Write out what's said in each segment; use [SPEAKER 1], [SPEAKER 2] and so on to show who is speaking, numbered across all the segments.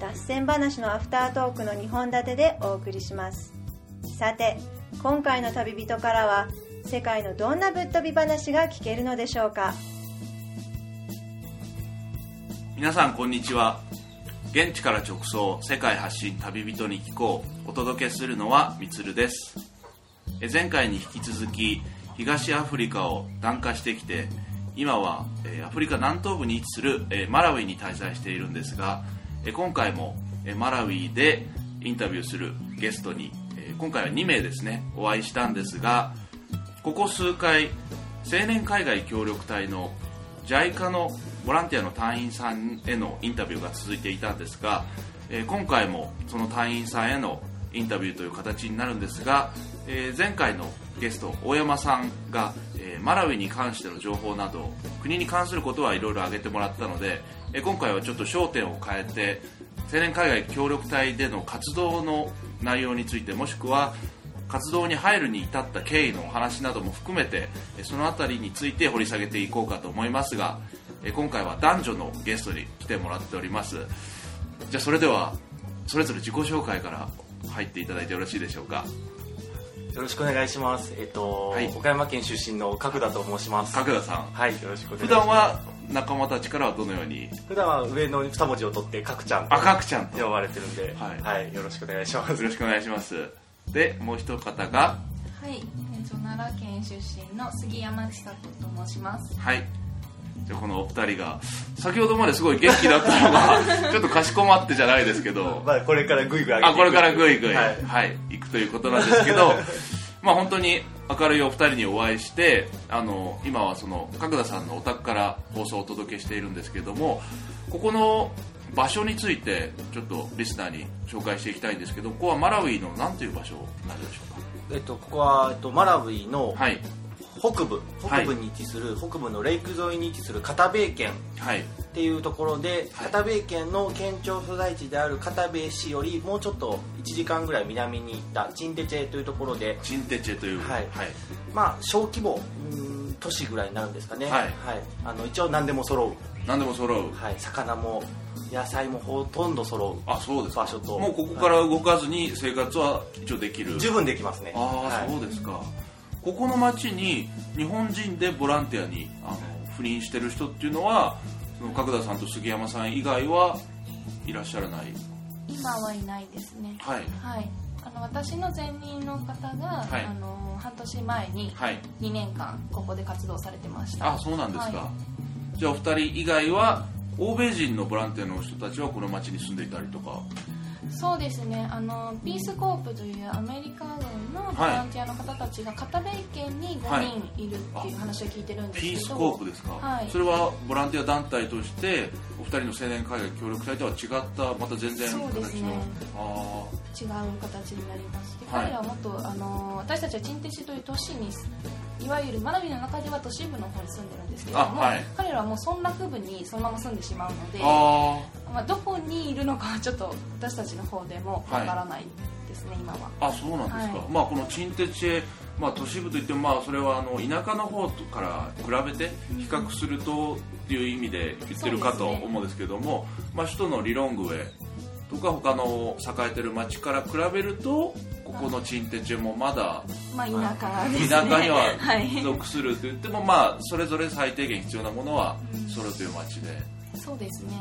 [SPEAKER 1] 脱線話のアフタートークの2本立てでお送りしますさて今回の旅人からは世界のどんなぶっ飛び話が聞けるのでしょうか
[SPEAKER 2] 皆さんこんにちは現地から直送世界発信旅人に聞こうお届けするのはみつるですえ前回に引き続き東アフリカを南下してきて今はえーアフリカ南東部に位置するえーマラウイに滞在しているんですがえ今回もえマラウイでインタビューするゲストにえー今回は2名ですねお会いしたんですがここ数回青年海外協力隊の JICA のボランティアの隊員さんへのインタビューが続いていたんですが、えー今回もその隊員さんへのインタビューという形になるんですが、えー前回のゲスト大山さんが、えーマラウイに関しての情報など国に関することはいろいろ挙げてもらったので、えー今回はちょっと焦点を変えて青年海外協力隊での活動の内容についてもしくは活動に入るに至った経緯のお話なども含めてえその辺りについて掘り下げていこうかと思いますがえ今回は男女のゲストに来てもらっておりますじゃあそれではそれぞれ自己紹介から入っていただいてよろしいでしょうか
[SPEAKER 3] よろしくお願いします。えっと、
[SPEAKER 2] はい
[SPEAKER 3] 岡山県出身の角田と申します。
[SPEAKER 2] 角田さん
[SPEAKER 3] はい、よろしくお願
[SPEAKER 2] 普
[SPEAKER 3] いします。
[SPEAKER 2] 段は仲間たちからはどのように
[SPEAKER 3] 普段は上の二文字を取って角ちゃんと
[SPEAKER 2] 赤くちゃんと
[SPEAKER 3] 呼
[SPEAKER 2] よ
[SPEAKER 3] ばれてるんで、
[SPEAKER 2] はい
[SPEAKER 3] はい、よろしくお願いします。
[SPEAKER 2] ろしくお願いしますでもう一方が
[SPEAKER 4] はい、えっと奈良県出身の杉山千里と申します。
[SPEAKER 2] はい。じゃあこのお二人が、先ほどまですごい元気だったのが、ちょっとかしこまってじゃないですけど、
[SPEAKER 3] まあこれからグイグイ上げてい
[SPEAKER 2] あ、
[SPEAKER 3] く
[SPEAKER 2] これからぐいぐい、
[SPEAKER 3] は
[SPEAKER 2] はい
[SPEAKER 3] い、
[SPEAKER 2] 行くということなんですけ ど、まあ本当に明るいお二人にお会いして、あの、今はその、角田さんのお宅から放送をお届けしているんですけども、ここの場所について、ちょっとリスナーに紹介していきたいんですけど、ここはマラウイの何という場所なんでしょう
[SPEAKER 3] えっとここはえっとマラウイの
[SPEAKER 2] かはい。
[SPEAKER 3] 北部、
[SPEAKER 2] はい
[SPEAKER 3] 北部に位置する北部のレイク沿いに位置する片米県
[SPEAKER 2] はい。
[SPEAKER 3] っていうところで、
[SPEAKER 2] はい
[SPEAKER 3] 片米県の県庁所在地である片米市よりもうちょっと1時間ぐらい南に行ったチンテチェというところで
[SPEAKER 2] チンテチェという、
[SPEAKER 3] はい
[SPEAKER 2] はい。
[SPEAKER 3] まあ小規模うーん都市ぐらいになるんですかね、
[SPEAKER 2] はい
[SPEAKER 3] あの一応何でも揃う、
[SPEAKER 2] 何でも揃う。
[SPEAKER 3] はい、魚も野菜もほとんど揃
[SPEAKER 2] あそうですか
[SPEAKER 3] 場所と
[SPEAKER 2] もうここから動かずに生活は一応できる
[SPEAKER 3] う十分できますね
[SPEAKER 2] ああ、
[SPEAKER 3] はい
[SPEAKER 2] そうですかここの町に日本人でボランティアにあの赴任してる人っていうのはその角田さんと杉山さん以外はいらっしゃらない
[SPEAKER 4] 今はいないですね。
[SPEAKER 2] はい
[SPEAKER 4] はい。あの私の前任の方が、
[SPEAKER 2] はい
[SPEAKER 4] あの半年前に
[SPEAKER 2] はい
[SPEAKER 4] 2年間ここで活動されてました。
[SPEAKER 2] あそうなんですか、
[SPEAKER 4] は
[SPEAKER 2] じゃあお二人以外は欧米人のボランティアの人たちはこの町に住んでいたりとか
[SPEAKER 4] そうですね。あのピースコープというアメリカ軍のボランティアの方たちが片米県に
[SPEAKER 2] は
[SPEAKER 4] 5
[SPEAKER 2] い
[SPEAKER 4] 人いるっていう話を聞いてるんですけど、
[SPEAKER 2] ピースコープですか、
[SPEAKER 4] はい
[SPEAKER 2] それはボランティア団体としてお二人の青年海外協力隊とは違ったまた全然
[SPEAKER 4] そうですね
[SPEAKER 2] 形のああ
[SPEAKER 4] 違う形になりますで
[SPEAKER 2] はい
[SPEAKER 4] 彼らはもっと、あの私たちはチンテシという都市にいわゆるマラビの中では都市部の方に住んでるんですけれども、
[SPEAKER 2] あはい
[SPEAKER 4] 彼らはもう村落部にそのまま住んでしまうので
[SPEAKER 2] あ
[SPEAKER 4] まあ、どこにいるのかはちょっと私たちの方でもわからないですね、今は
[SPEAKER 2] ああそうなんですか、
[SPEAKER 4] はい
[SPEAKER 2] まあこのチンテチェ、まあ、都市部といってもまあそれはあの田舎の方から比べて比較するとっていう意味で言ってるかと
[SPEAKER 4] そうですね
[SPEAKER 2] 思うんですけども、まあ、首都のリロングウェイとか他の栄えてる町から比べるとここのチンテチェもまだ
[SPEAKER 4] まあ田舎ですね
[SPEAKER 2] 田舎には
[SPEAKER 4] はい
[SPEAKER 2] 属すると言ってもまあそれぞれ最低限必要なものは
[SPEAKER 4] うん
[SPEAKER 2] 揃うという町で
[SPEAKER 4] そうですね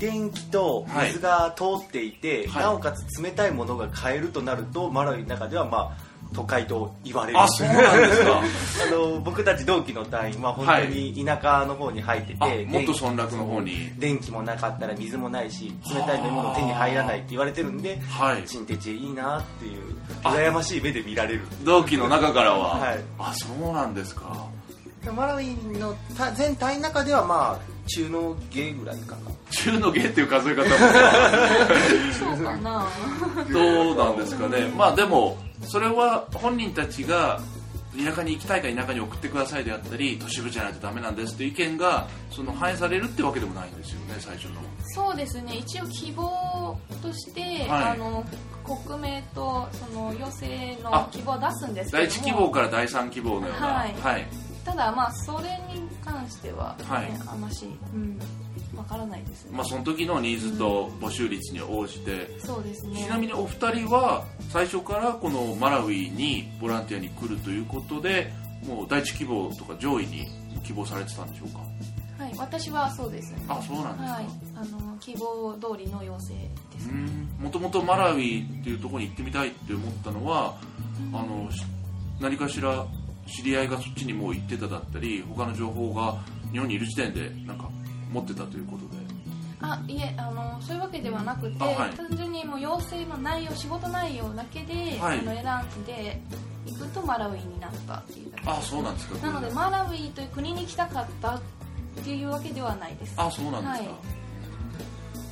[SPEAKER 3] 電気と水が通っていて、
[SPEAKER 2] はい
[SPEAKER 3] なおかつ冷たいものが買えるとなるとマラウイの中ではまあ都会と言われる
[SPEAKER 2] あそうなんですか
[SPEAKER 3] あの僕たち同期の隊員は本当に田舎の方に入ってて、
[SPEAKER 2] あ
[SPEAKER 3] 電
[SPEAKER 2] もっと村落の方に
[SPEAKER 3] 電気もなかったら水もないし冷たい飲み物手に入らないって言われてるんで
[SPEAKER 2] はい
[SPEAKER 3] 新天地いいなっていう
[SPEAKER 2] あ
[SPEAKER 3] 羨ましい目で見られる
[SPEAKER 2] 同期の中からは、
[SPEAKER 3] はい
[SPEAKER 2] あそうなんですか
[SPEAKER 3] マラウイのた全体の中ではまあ中の芸ぐらいかな
[SPEAKER 2] 中の芸っていう数え方も
[SPEAKER 4] そうかな
[SPEAKER 2] どうなんですかね、 まあでも、それは本人たちが田舎に行きたいか田舎に送ってくださいであったり、都市部じゃないとダメなんですという意見がその反映されるってわけでもないんですよね、最初の。
[SPEAKER 4] そうですね一応希望として、
[SPEAKER 2] はい
[SPEAKER 4] あの国名とその要請
[SPEAKER 2] あ
[SPEAKER 4] の希望は出すんですけ
[SPEAKER 2] 第
[SPEAKER 4] ども
[SPEAKER 2] 一希望から第三希望のような、
[SPEAKER 4] はい
[SPEAKER 2] はい、
[SPEAKER 4] ただまあそれに関しては、ね
[SPEAKER 2] はい
[SPEAKER 4] あんまし、うん、わからないですね、
[SPEAKER 2] まあ、その時のニーズと募集率に応じて、
[SPEAKER 4] そうですね
[SPEAKER 2] ちなみにお二人は最初からこのマラウイにボランティアに来るということでもう第一希望とか上位に希望されてたんでしょうか
[SPEAKER 4] はい、私はそうですね
[SPEAKER 2] あそうなんですか、
[SPEAKER 4] はい、あの希望通りの要請です
[SPEAKER 2] う、んもともとマラウイっていうところに行ってみたいって思ったのはあのし何かしら知り合いがそっちにもう行ってただったり他の情報が日本にいる時点でなんか持ってたということで
[SPEAKER 4] あいえあのそういうわけではなくて、
[SPEAKER 2] あはい
[SPEAKER 4] 単純にもう要請の内容仕事内容だけで、
[SPEAKER 2] はい
[SPEAKER 4] あの選んで行くとマラウイになったっていうだけ
[SPEAKER 2] あそうなんですか
[SPEAKER 4] なのでマラウイという国に行きたかったっていうわけではないです
[SPEAKER 2] あそうなんです
[SPEAKER 4] は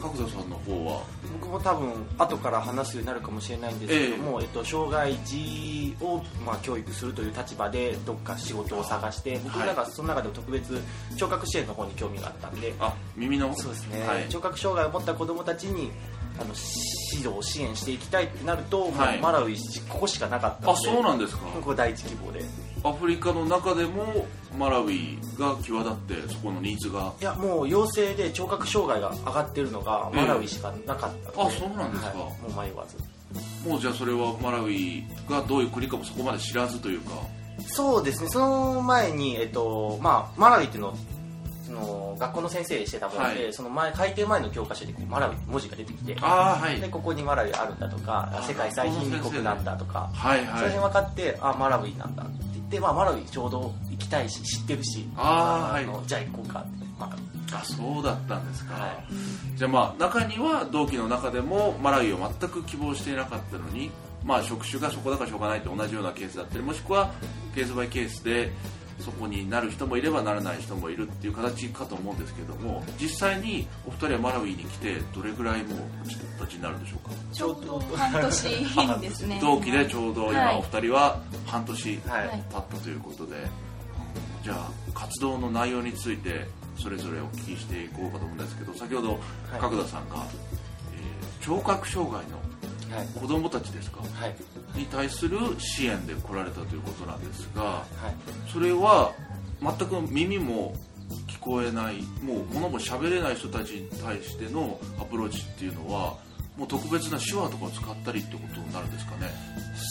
[SPEAKER 2] か、角田さんの方は
[SPEAKER 3] 僕も多分後から話すようになるかもしれないんですけども、えっと、障害児を、まあ、教育するという立場でどっか仕事を探して僕
[SPEAKER 2] はい
[SPEAKER 3] なんかその中でも特別聴覚支援の方に興味があったんで、
[SPEAKER 2] あ耳の
[SPEAKER 3] そうですね、
[SPEAKER 2] はい
[SPEAKER 3] 聴覚障害を持った子どもたちにあのし指導支援していきたいってなると、もう
[SPEAKER 2] はい
[SPEAKER 3] マラウイここしかなかったので
[SPEAKER 2] あそうなんですか
[SPEAKER 3] ここ第一希望でい
[SPEAKER 2] アフリカの中でもマラウイが際立ってそこのニーズが
[SPEAKER 3] やもう要請で聴覚障害が上がってるのが
[SPEAKER 2] ええ
[SPEAKER 3] マラウイしかなかったので、
[SPEAKER 2] あそうなんですか
[SPEAKER 3] はいもう迷わず
[SPEAKER 2] もうじゃあそれはマラウイがどういう国かもそこまで知らずというか
[SPEAKER 3] そうですねその前に、えっとまあ、マラウイっていうのをその学校の先生してたもので、
[SPEAKER 2] はい
[SPEAKER 3] その前改定前の教科書でこうマラウイ文字が出てきて
[SPEAKER 2] ああはい
[SPEAKER 3] でここにマラウイあるんだとか
[SPEAKER 2] あ
[SPEAKER 3] 世界最貧国なんだとか、
[SPEAKER 2] はい
[SPEAKER 3] そ
[SPEAKER 2] は
[SPEAKER 3] れで
[SPEAKER 2] い
[SPEAKER 3] 分かってあマラウイなんだって言って、まあ、マラウイちょうど行きたいし知ってるし
[SPEAKER 2] あーはい
[SPEAKER 3] のじゃあ行こうかって、まあ
[SPEAKER 2] あそうだったんですか、
[SPEAKER 3] は
[SPEAKER 2] じゃあまあ中には同期の中でもマラウイを全く希望していなかったのにまあ職種がそこだからしょうがないって同じようなケースだったりもしくはケースバイケースでそこになる人もいればならない人もいるっていう形かと思うんですけども実際にお二人はマラウイに来てどれぐらいもうお立ちになるんでしょうか
[SPEAKER 4] ちょうど半年で すね
[SPEAKER 2] 同期でちょうど
[SPEAKER 4] は
[SPEAKER 2] 今
[SPEAKER 4] い
[SPEAKER 2] お二人は半年経っ
[SPEAKER 3] はい
[SPEAKER 4] はい
[SPEAKER 2] たということで、じゃあ活動の内容についてそれぞれお聞きしていこうかと思うんですけど先ほど
[SPEAKER 3] はい
[SPEAKER 2] 角田さんが、えー聴覚障害の
[SPEAKER 3] はい
[SPEAKER 2] 子どもたちですか
[SPEAKER 3] はい
[SPEAKER 2] に対する支援で来られたということなんですが
[SPEAKER 3] はい
[SPEAKER 2] それは全く耳も聞こえないもう物も喋れない人たちに対してのアプローチっていうのはもう特別な手話とかを使ったりってことになるんですかね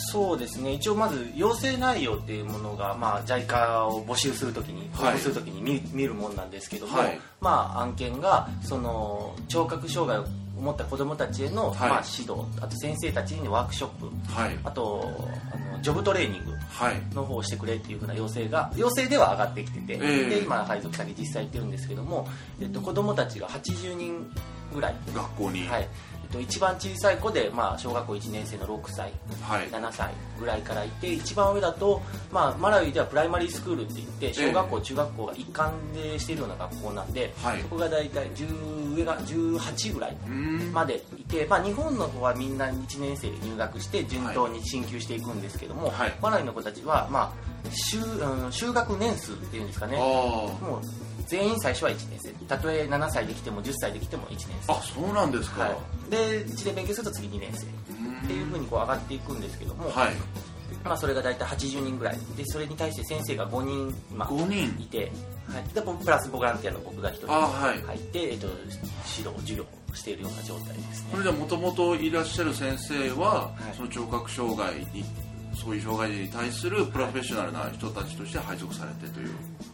[SPEAKER 3] そうですね一応まず要請内容っていうものが、まあ、JICA を募集するときに
[SPEAKER 2] はい
[SPEAKER 3] 応募するときに見,、見るもんなんですけども、
[SPEAKER 2] はい
[SPEAKER 3] まあ、案件がその聴覚障害を持った子どもたちへの、
[SPEAKER 2] はい
[SPEAKER 3] まあ、指導あと先生たちにワークショップ
[SPEAKER 2] はい
[SPEAKER 3] あとあのジョブトレーニング
[SPEAKER 2] はい
[SPEAKER 3] の方をしてくれっていうふうな要請が要請では上がってきてて、
[SPEAKER 2] ええ
[SPEAKER 3] で今配属先実際行ってるんですけども、えっと、子どもたちが80人ぐらい、
[SPEAKER 2] 学校に
[SPEAKER 3] はいえっと、一番小さい子で、まあ、小学校1年生の6歳
[SPEAKER 2] はい
[SPEAKER 3] 7歳ぐらいからいて一番上だと、まあ、マラウイではプライマリースクールって言って小学校、中学校が一貫でしているような学校なんで、
[SPEAKER 2] はい
[SPEAKER 3] そこが大体10上が18ぐらいう
[SPEAKER 2] ーん
[SPEAKER 3] までいて、まあ、日本の方はみんな1年生で入学して順当に進級していくんですけども、
[SPEAKER 2] はい
[SPEAKER 3] マラウイの子たちは、まあ、修うん修学年数っていうんですかね
[SPEAKER 2] あ
[SPEAKER 3] もう全員最初は1年生たとえ7歳できても10歳できても1年
[SPEAKER 2] あ
[SPEAKER 3] 生
[SPEAKER 2] あそうなんですか、
[SPEAKER 3] はい、で1年勉強すると次2年生
[SPEAKER 2] うー
[SPEAKER 3] っ
[SPEAKER 2] ん
[SPEAKER 3] ていうふうにこう上がっていくんですけども、
[SPEAKER 2] はい
[SPEAKER 3] まあ、それが大体80人ぐらいでそれに対して先生が5人今
[SPEAKER 2] 5
[SPEAKER 3] い
[SPEAKER 2] 人
[SPEAKER 3] て、はい、で僕プラスボランティアの僕が1人
[SPEAKER 2] あはい
[SPEAKER 3] 入って、えっと、指導授業をしているような状態です
[SPEAKER 2] それ
[SPEAKER 3] ね
[SPEAKER 2] じゃもともといらっしゃる先生は、
[SPEAKER 3] はい
[SPEAKER 2] その聴覚障害にそういう障害児に対するプロフェッショナルな人たちとして配属されてという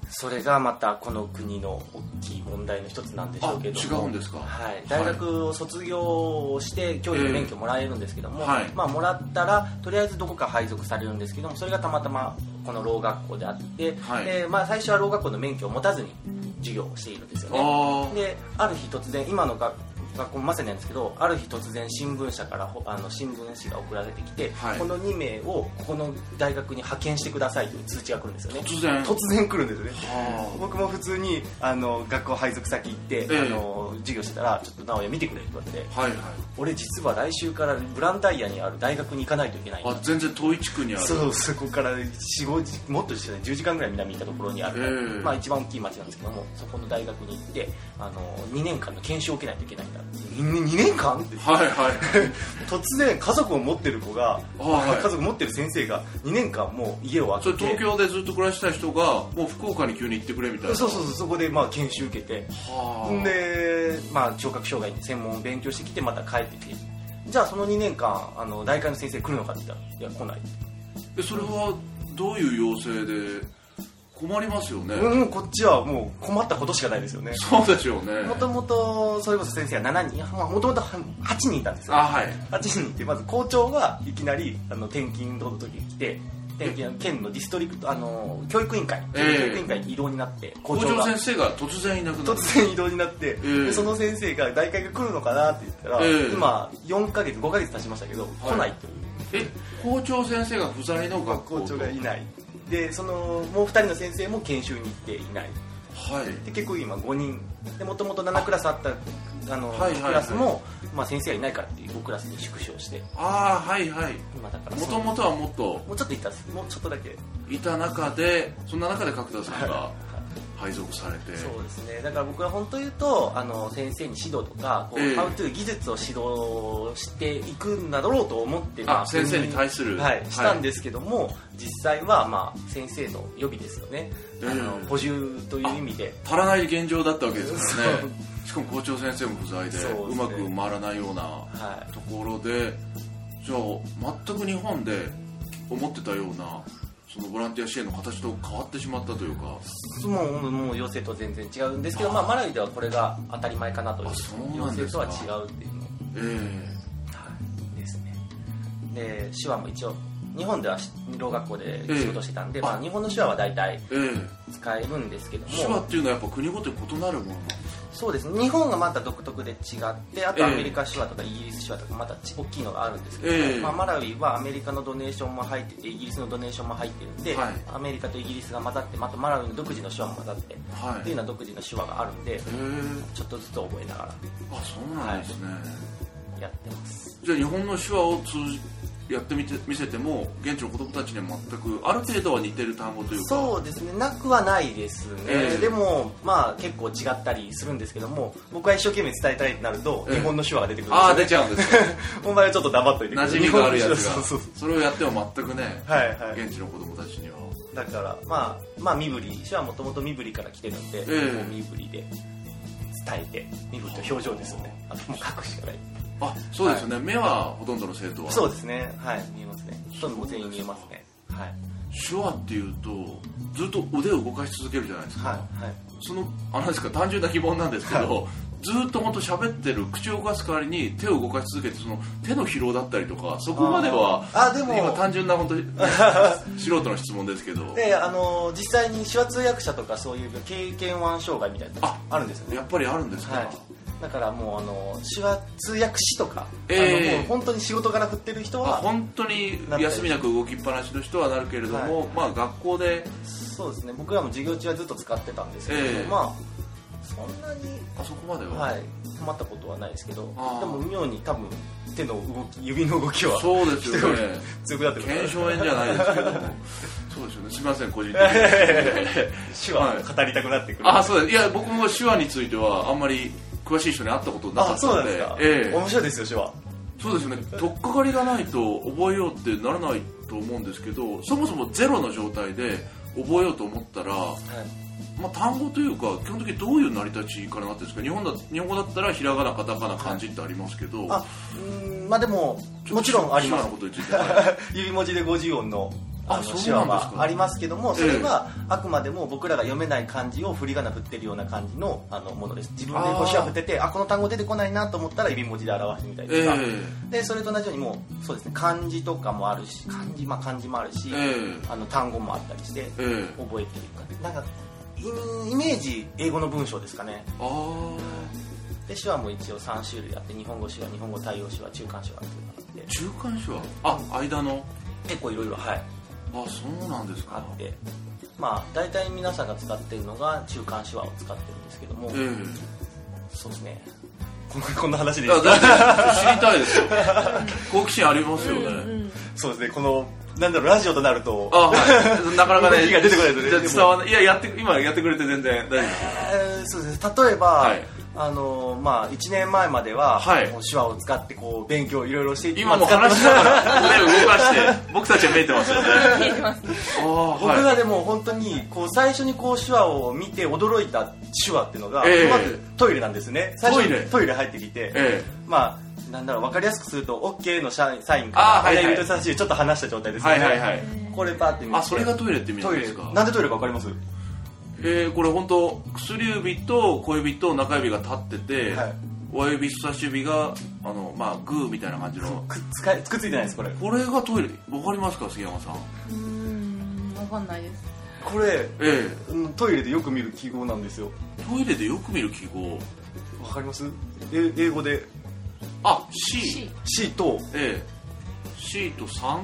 [SPEAKER 3] それがまたこの国の大きい問題の一つなんでしょ
[SPEAKER 2] あ
[SPEAKER 3] うけ
[SPEAKER 2] 違
[SPEAKER 3] ど
[SPEAKER 2] うんですか
[SPEAKER 3] はい、大学を卒業をして教育免許もらえるんですけども、
[SPEAKER 2] ええはい
[SPEAKER 3] まあ、もらったらとりあえずどこか配属されるんですけどもそれがたまたまこのろう学校であって、
[SPEAKER 2] はい
[SPEAKER 3] でまあ、最初はろう学校の免許を持たずに授業をしているんですよね
[SPEAKER 2] ああ
[SPEAKER 3] である日突然今のが学校まさになんですけどある日突然新聞社からほあの新聞紙が送られてきて、
[SPEAKER 2] はい
[SPEAKER 3] この2名をここの大学に派遣してくださいという通知が来るんですよね
[SPEAKER 2] 突然
[SPEAKER 3] 突然来るんですよね
[SPEAKER 2] あ
[SPEAKER 3] 僕も普通にあの学校配属先行って、
[SPEAKER 2] ええ
[SPEAKER 3] あの授業してたらちょっと直哉見てくれって言われて
[SPEAKER 2] ーはいはい
[SPEAKER 3] 俺実は来週からブランタイアにある大学に行かないといけない
[SPEAKER 2] あ全然遠い地区にある
[SPEAKER 3] そうそこから45時もっとですよね10時間ぐらい南に行ったところにある、
[SPEAKER 2] ええ
[SPEAKER 3] まあ、一番大きい町なんですけどもそこの大学に行ってあの2年間の研修を受けないといけないんだ 2, 年間って
[SPEAKER 2] はいはい
[SPEAKER 3] 突然家族を持ってる子が、
[SPEAKER 2] あはい
[SPEAKER 3] 家族持ってる先生が2年間もう家を
[SPEAKER 2] それ
[SPEAKER 3] 空けて
[SPEAKER 2] 東京でずっと暮らしてた人がもう福岡に急に行ってくれみたいな
[SPEAKER 3] そうそうそうそこでまあ研修受けて
[SPEAKER 2] はあ
[SPEAKER 3] で、まあ、聴覚障害に専門を勉強してきてまた帰ってきてじゃあその2年間あの大会の先生来るのかって言ったら「いや来ない」
[SPEAKER 2] でそれはどういう要請で困りますよね、
[SPEAKER 3] うんうんこっちはもう困ったことしかないですよね
[SPEAKER 2] そうでしょうね
[SPEAKER 3] もともとそれこそ先生が7人もともと8人いたんですよ
[SPEAKER 2] あはい
[SPEAKER 3] 8人ってまず校長がいきなりあの転勤の時に来て転勤県のディストリクトあの教育委員会、
[SPEAKER 2] ええ
[SPEAKER 3] 教育委員会に異動になって校
[SPEAKER 2] 校
[SPEAKER 3] 長
[SPEAKER 2] 長
[SPEAKER 3] が
[SPEAKER 2] 先生が突然いなくなる
[SPEAKER 3] 突然異動になって、
[SPEAKER 2] ええ
[SPEAKER 3] でその先生が大会が来るのかなって言ったら、
[SPEAKER 2] ええ
[SPEAKER 3] 今4ヶ月5ヶ月経ちましたけど、来ないという
[SPEAKER 2] え校長先生が不在の学校
[SPEAKER 3] 校長がいないでそのもう2人の先生も研修に行っていない
[SPEAKER 2] はい
[SPEAKER 3] で結構今5人でもともと7クラスあったあの、
[SPEAKER 2] はいはいはい
[SPEAKER 3] クラスも、まあ、先生がいないからっていう5クラスに縮小して
[SPEAKER 2] ああはいはい
[SPEAKER 3] 今だから
[SPEAKER 2] も
[SPEAKER 3] その
[SPEAKER 2] ともとはもっと
[SPEAKER 3] もうちょっといたんですもうちょっとだけ、
[SPEAKER 2] いた中でそんな中で角田さんが
[SPEAKER 3] はい
[SPEAKER 2] 配属されて
[SPEAKER 3] そうですねだから僕は本当言うとあの先生に指導とかこう、
[SPEAKER 2] ええ
[SPEAKER 3] ハウトゥー技術を指導していくんだろうと思って、ま
[SPEAKER 2] あ先生に対する
[SPEAKER 3] はい、したん
[SPEAKER 2] で
[SPEAKER 3] ですけども、実際は、まあ、先生の予備ですよね、あの
[SPEAKER 2] ええ
[SPEAKER 3] 補充という意味で
[SPEAKER 2] 足らない現状だったわけですからねしかも校長先生も不在で
[SPEAKER 3] そうですね
[SPEAKER 2] うまく回らないような
[SPEAKER 3] は
[SPEAKER 2] ところでじゃあ全く日本で思ってたようなそのボランティア支援の形と変わってしまったというか
[SPEAKER 3] いもうもう要請と全然違うんですけど、まあ、マラウイではこれが当たり前かなという
[SPEAKER 2] あそうな
[SPEAKER 3] 要
[SPEAKER 2] んで
[SPEAKER 3] 請
[SPEAKER 2] す
[SPEAKER 3] と
[SPEAKER 2] か
[SPEAKER 3] は違うっていうの
[SPEAKER 2] ええ
[SPEAKER 3] はいですねで手話も一応日本ではしろう学校で仕事してたんで、
[SPEAKER 2] ええ
[SPEAKER 3] まあ、日本の手話は大体
[SPEAKER 2] ええ
[SPEAKER 3] 使えるんですけども
[SPEAKER 2] 手話っていうのはやっぱ国ごとに異なるものなんです
[SPEAKER 3] そうですね日本がまた独特で違ってあとア
[SPEAKER 2] ええ
[SPEAKER 3] メリカ手話とかイギリス手話とかまたち大きいのがあるんですけど、
[SPEAKER 2] ええ
[SPEAKER 3] まあ、マラウイはアメリカのドネーションも入っててイギリスのドネーションも入ってるんで、
[SPEAKER 2] はい
[SPEAKER 3] アメリカとイギリスが混ざってまたマラウイの独自の手話も混ざって、
[SPEAKER 2] はい
[SPEAKER 3] っていうような独自の手話があるんで
[SPEAKER 2] へえ
[SPEAKER 3] ちょっとずつ覚えなが
[SPEAKER 2] あそうなんですね、
[SPEAKER 3] らやってます
[SPEAKER 2] じゃあ日本の手話を通じやってみて見せても現地の子供たちには全くある程度は似てる単語というか
[SPEAKER 3] そうですねなくはないですね、
[SPEAKER 2] ええ
[SPEAKER 3] でもまあ結構違ったりするんですけども僕は一生懸命伝えたいとなると
[SPEAKER 2] ええ
[SPEAKER 3] 日本の手話が出てくるんです
[SPEAKER 2] ああ
[SPEAKER 3] よ、ね
[SPEAKER 2] 出ちゃうんですか
[SPEAKER 3] お前はちょっと黙っといて
[SPEAKER 2] 馴染みがあるやつが
[SPEAKER 3] 日本 の手話そうそうそ
[SPEAKER 2] それをやっても全くね、
[SPEAKER 3] うはいはい
[SPEAKER 2] 現地の子供たちには
[SPEAKER 3] だからまあまあ身振り手話もともと身振りから来てるんで、
[SPEAKER 2] ええ
[SPEAKER 3] もう身振りで伝えて身振りと表情ですよねあともう書くしかない
[SPEAKER 2] あそうですよね、目はほとんどの生徒は
[SPEAKER 3] そうですねはい見えますねほとんど全員見えますねはい
[SPEAKER 2] 手話っていうとずっと腕を動かし続けるじゃないですか、
[SPEAKER 3] はいはい
[SPEAKER 2] そのあれですか単純な疑問なんですけど、ずっと本当喋ってる口を動かす代わりに手を動かし続けてその手の疲労だったりとかそこまでは
[SPEAKER 3] あーあでも
[SPEAKER 2] 今単純な本当に 素人の質問ですけど
[SPEAKER 3] であの実際に手話通訳者とかそういう経験腕障害みたいなのがあるんですよね
[SPEAKER 2] やっぱりあるんですか、
[SPEAKER 3] はいだからもうあの手話通訳士とか、
[SPEAKER 2] ええ
[SPEAKER 3] あのもう本当に仕事から振ってる人
[SPEAKER 2] あ
[SPEAKER 3] は
[SPEAKER 2] 本当に休みなく動きっぱなしの人はなるけれども、まあ学校で
[SPEAKER 3] そうですね僕らも授業中はずっと使ってたんですけど、
[SPEAKER 2] ええ
[SPEAKER 3] まあそんなに
[SPEAKER 2] あそこまでは、
[SPEAKER 3] はい、困ったことはないですけど、で
[SPEAKER 2] あー
[SPEAKER 3] も妙に多分手の動き、指の動きは
[SPEAKER 2] そうですよね
[SPEAKER 3] 強くなってくる。
[SPEAKER 2] 腱鞘炎じゃないですけどもそうですよねすみません個人的
[SPEAKER 3] いやい
[SPEAKER 2] に
[SPEAKER 3] 手話を語りたくなってくる。
[SPEAKER 2] あそうですいや僕も手話についてはあんまり詳しい人に会ったことなか
[SPEAKER 3] あ
[SPEAKER 2] った
[SPEAKER 3] そうな
[SPEAKER 2] の
[SPEAKER 3] んです
[SPEAKER 2] で
[SPEAKER 3] か、
[SPEAKER 2] ええ
[SPEAKER 3] 面白いですよ、手話。
[SPEAKER 2] そうですよね取っかかりがないと覚えようってならないと思うんですけどそもそもゼロの状態で覚えようと思ったら、まあ、単語というか基本的にどういう成り立ちからなってるんですか日本だ日本語だったらひらがなカタカナ漢字ってありますけど、
[SPEAKER 3] あうーんまあでも、もちろんありま
[SPEAKER 2] 手
[SPEAKER 3] す
[SPEAKER 2] 話の。ことについて、はい
[SPEAKER 3] 指文字で50音の。
[SPEAKER 2] あ
[SPEAKER 3] あの
[SPEAKER 2] そう
[SPEAKER 3] 手話
[SPEAKER 2] なんですか
[SPEAKER 3] はありますけどもそれはあくまでも僕らが読めない漢字を振り仮名振ってるような感じのあのものです自分でこう手話振っててあこの単語出てこないなと思ったら指文字で表してみたりと
[SPEAKER 2] え
[SPEAKER 3] か、でそれと同じようにもうそうですね漢字とかもあるし漢字まあ漢字もあるし、
[SPEAKER 2] ええ
[SPEAKER 3] あの単語もあったりして
[SPEAKER 2] えええ
[SPEAKER 3] 覚えてるかなんかイイメージ英語の文章ですかね
[SPEAKER 2] ああ
[SPEAKER 3] で手話も一応3種類あって日本語手話日本語対応手話中間手話っていうのがあって
[SPEAKER 2] 中間手話あ間の
[SPEAKER 3] 結構いろいろはい
[SPEAKER 2] あそうなんです
[SPEAKER 3] あ
[SPEAKER 2] か
[SPEAKER 3] ってまあ大体皆さんが使ってるのが中間手話を使ってるんですけども、
[SPEAKER 2] ええ
[SPEAKER 3] そうですねこん こんな話でいい
[SPEAKER 2] いや
[SPEAKER 3] ですか
[SPEAKER 2] だって知りたい ですよ好奇心ありますよね、
[SPEAKER 3] そうですねこのなんだろうラジオとなると
[SPEAKER 2] あ、はい、なかなかね
[SPEAKER 3] 動きが出てこないですね
[SPEAKER 2] じゃ
[SPEAKER 3] でも
[SPEAKER 2] 伝わないいややって今やってくれて全然大丈夫です
[SPEAKER 3] えーそうですね例えば、
[SPEAKER 2] はい
[SPEAKER 3] あのーまあ、1年前までは、
[SPEAKER 2] はい
[SPEAKER 3] もう手話を使ってこう勉強いろいろしていて
[SPEAKER 2] 今もう
[SPEAKER 3] 使って
[SPEAKER 2] 話しなが ら腕を動かして僕たちは見えてますよね見えてますああ
[SPEAKER 3] 僕ら
[SPEAKER 2] は
[SPEAKER 3] でも本当にこう最初にこう手話を見て驚いた手話っていうのが、
[SPEAKER 2] ええ
[SPEAKER 3] まずトイレなんですね最初に
[SPEAKER 2] トイレ
[SPEAKER 3] トイレ入ってきて、
[SPEAKER 2] え
[SPEAKER 3] まあなんだろう分かりやすくすると OK のサインサイン
[SPEAKER 2] あー
[SPEAKER 3] から
[SPEAKER 2] はいはい
[SPEAKER 3] 親指と人差し指ちょっと離した状態で
[SPEAKER 2] い
[SPEAKER 3] すよ
[SPEAKER 2] は
[SPEAKER 3] ね、
[SPEAKER 2] いはいはい
[SPEAKER 3] これパーって見て
[SPEAKER 2] あそれがトイレって意味な
[SPEAKER 3] ト
[SPEAKER 2] ん
[SPEAKER 3] イ
[SPEAKER 2] で
[SPEAKER 3] レ
[SPEAKER 2] すか
[SPEAKER 3] なんでトイレか分かります
[SPEAKER 2] えー、これ本当薬指と小指と中指が立ってて、
[SPEAKER 3] はい
[SPEAKER 2] 親指人差し指があの、まあ、グーみたいな感じの
[SPEAKER 3] くっつかくっついてないですこれ
[SPEAKER 2] これがトイレわかりますか杉山さん
[SPEAKER 5] うーんわかんないです
[SPEAKER 3] これ
[SPEAKER 2] え
[SPEAKER 3] うんトイレでよく見る記号なんですよ
[SPEAKER 2] えトイレでよく見る記号
[SPEAKER 3] わかりますえ英語で
[SPEAKER 2] あ C,
[SPEAKER 5] C
[SPEAKER 3] C と
[SPEAKER 2] ええ C と 3?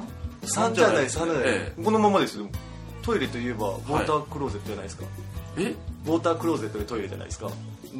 [SPEAKER 3] 3じゃない3じゃない、
[SPEAKER 2] え
[SPEAKER 3] このままですよトイレといえばウォータークローゼットじゃないですか、
[SPEAKER 2] ええ
[SPEAKER 3] ウォータークローゼットでトイレじゃないですか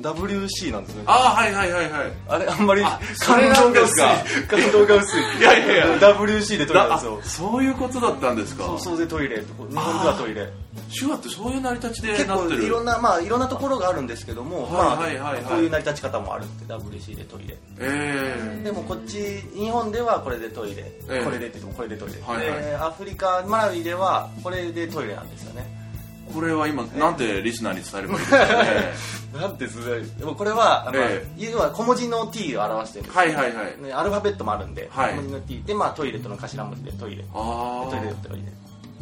[SPEAKER 3] WC なんですねあ
[SPEAKER 2] ああはいはいはいはい
[SPEAKER 3] れあんまり
[SPEAKER 2] あそ
[SPEAKER 3] 感
[SPEAKER 2] れなん
[SPEAKER 3] 動
[SPEAKER 2] で
[SPEAKER 3] が
[SPEAKER 2] す
[SPEAKER 3] 薄い
[SPEAKER 2] か
[SPEAKER 3] 感動が薄い
[SPEAKER 2] いやいやいや
[SPEAKER 3] WC でトイレなん
[SPEAKER 2] あ
[SPEAKER 3] ですよ
[SPEAKER 2] そういうことだったんですか
[SPEAKER 3] そうそうでトイレとこ日本ではトイレ
[SPEAKER 2] 手話ってそういう成り立ちで
[SPEAKER 3] 結
[SPEAKER 2] なっ
[SPEAKER 3] 構
[SPEAKER 2] てる
[SPEAKER 3] いろんなまあいろんなところがあるんですけども、
[SPEAKER 2] はいはいはいはい
[SPEAKER 3] まあ、こういう成り立ち方もあるって WC でトイレ
[SPEAKER 2] え
[SPEAKER 3] でもこっち日本ではこれでトイレ、
[SPEAKER 2] ええ
[SPEAKER 3] これでって言ってもこれでトイレ、
[SPEAKER 2] はいはい
[SPEAKER 3] でアフリカマラウイではこれでトイレなんですよね
[SPEAKER 2] えこれは今なんてリスナーに伝えればいいですかね
[SPEAKER 3] なんてすごいでもこれは、まあ
[SPEAKER 2] え
[SPEAKER 3] 要は小文字の T を表してるんですよ
[SPEAKER 2] はいはいはい
[SPEAKER 3] ねアルファベットもあるんで、
[SPEAKER 2] はい
[SPEAKER 3] 小文字の T で、まあ、トイレットの頭文字でトイレ
[SPEAKER 2] あ
[SPEAKER 3] トイレットトイレ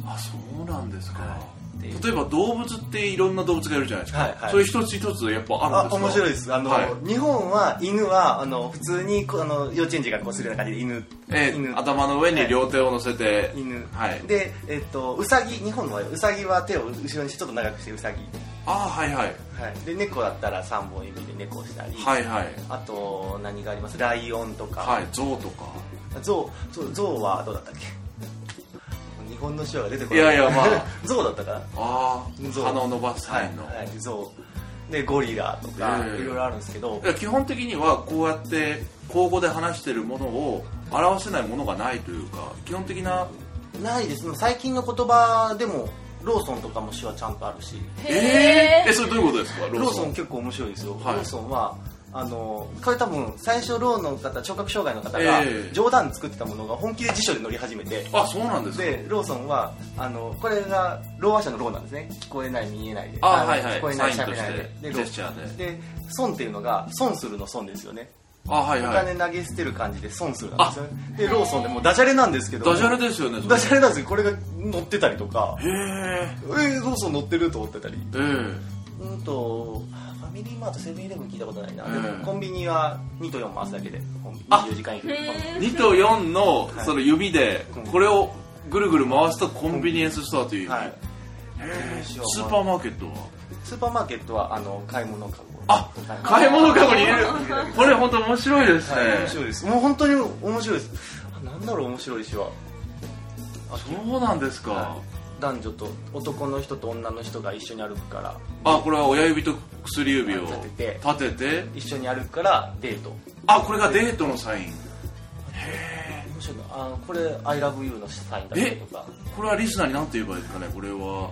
[SPEAKER 2] ああそうなんですか、
[SPEAKER 3] っていう
[SPEAKER 2] 例えば動物っていろんな動物がいるじゃないですか、
[SPEAKER 3] はいはい
[SPEAKER 2] そういう一つ一つやっぱある
[SPEAKER 3] あ
[SPEAKER 2] んですか
[SPEAKER 3] 面白いですあの、
[SPEAKER 2] はい
[SPEAKER 3] 日本は犬はあの普通にこあの幼稚園児がこうするような感じで犬、
[SPEAKER 2] ええ
[SPEAKER 3] 犬
[SPEAKER 2] 頭の上に両手を乗せて、
[SPEAKER 3] 犬、
[SPEAKER 2] はい
[SPEAKER 3] で、えっと、うさぎ日本のうさぎは手を後ろにしてちょっと長くしてうさぎ、
[SPEAKER 2] ああはいはい
[SPEAKER 3] はい、で猫だったら3本指で猫をしたり、
[SPEAKER 2] はいはい
[SPEAKER 3] あと何がありますライオンとか、
[SPEAKER 2] はい象とか
[SPEAKER 3] ゾウゾウゾウはどうだったっけ日本の手話が出てこない
[SPEAKER 2] いやいやまあ
[SPEAKER 3] ゾウだったかな
[SPEAKER 2] ああ
[SPEAKER 3] 象
[SPEAKER 2] 鼻を伸ばす
[SPEAKER 3] は
[SPEAKER 2] 際
[SPEAKER 3] い、
[SPEAKER 2] の、
[SPEAKER 3] はい、ゾウでゴリラとか、
[SPEAKER 2] ええ
[SPEAKER 3] いろいろあるんですけど
[SPEAKER 2] いや基本的にはこうやって口語で話してるものを表せないものがないというか基本的な
[SPEAKER 3] ないですね最近の言葉でもローソンとかも手話ちゃんとあるし
[SPEAKER 2] えーえそれどういうことですかロ
[SPEAKER 3] ロー
[SPEAKER 2] ー
[SPEAKER 3] ソ
[SPEAKER 2] ソ
[SPEAKER 3] ン
[SPEAKER 2] ン
[SPEAKER 3] 結構面白いですよ、
[SPEAKER 2] はい
[SPEAKER 3] ローソンはあのこれ多分最初ローの方聴覚障害の方が
[SPEAKER 2] ええ
[SPEAKER 3] 冗談作ってたものが本気で辞書で乗り始めて、
[SPEAKER 2] あそうなんですか
[SPEAKER 3] でローソンはあのこれがろう者のろうなんですね聞こえない見えないで
[SPEAKER 2] あ
[SPEAKER 3] の
[SPEAKER 2] はいはい
[SPEAKER 3] 聞こえない喋れない
[SPEAKER 2] サインとして
[SPEAKER 3] で
[SPEAKER 2] ジェスチャー
[SPEAKER 3] で損っていうのが損するの損ですよね、
[SPEAKER 2] あはい
[SPEAKER 3] お
[SPEAKER 2] はい
[SPEAKER 3] 金投げ捨てる感じで損するなんですよねでローソンでもうダジャレなんですけど
[SPEAKER 2] ダジャレですよねそれ
[SPEAKER 3] ダジャレなんですけどこれが乗ってたりとか
[SPEAKER 2] へえ
[SPEAKER 3] えー、ローソン乗ってると思ってたり
[SPEAKER 2] ええ
[SPEAKER 3] うんとファミリーマートセブンイレブン聞いたことないな、
[SPEAKER 2] うん
[SPEAKER 3] でもコンビニは2と4回すだけでコンビ
[SPEAKER 2] あ
[SPEAKER 3] 24時間以降
[SPEAKER 2] 2と4の
[SPEAKER 3] はい
[SPEAKER 2] その指で
[SPEAKER 3] うん
[SPEAKER 2] これをぐるぐる回したコンビニエンスストアという、
[SPEAKER 3] はい
[SPEAKER 2] へえ
[SPEAKER 3] ス
[SPEAKER 2] ス
[SPEAKER 3] ー
[SPEAKER 2] ー
[SPEAKER 3] パ
[SPEAKER 2] パ
[SPEAKER 3] ー
[SPEAKER 2] ーマーケットは
[SPEAKER 3] スーパーマーケットはあの買い物かご
[SPEAKER 2] あ
[SPEAKER 3] 買い
[SPEAKER 2] 買い物
[SPEAKER 3] 物
[SPEAKER 2] かごに入れるこれ本当面白いですね、
[SPEAKER 3] はい面白いですもう本当に面白いですあなんだろう面白いしは
[SPEAKER 2] そうなんですか、
[SPEAKER 3] 男女と男の人と女の人が一緒に歩くから
[SPEAKER 2] あこれは親指と薬指を
[SPEAKER 3] 立てて
[SPEAKER 2] 立てて
[SPEAKER 3] 一緒に歩くからデート
[SPEAKER 2] あこれがデートのサイン
[SPEAKER 3] 面白いなあこれ「ILOVEYOU」のサインだったりとか
[SPEAKER 2] これはリスナーに何て言えばいいですかねこれは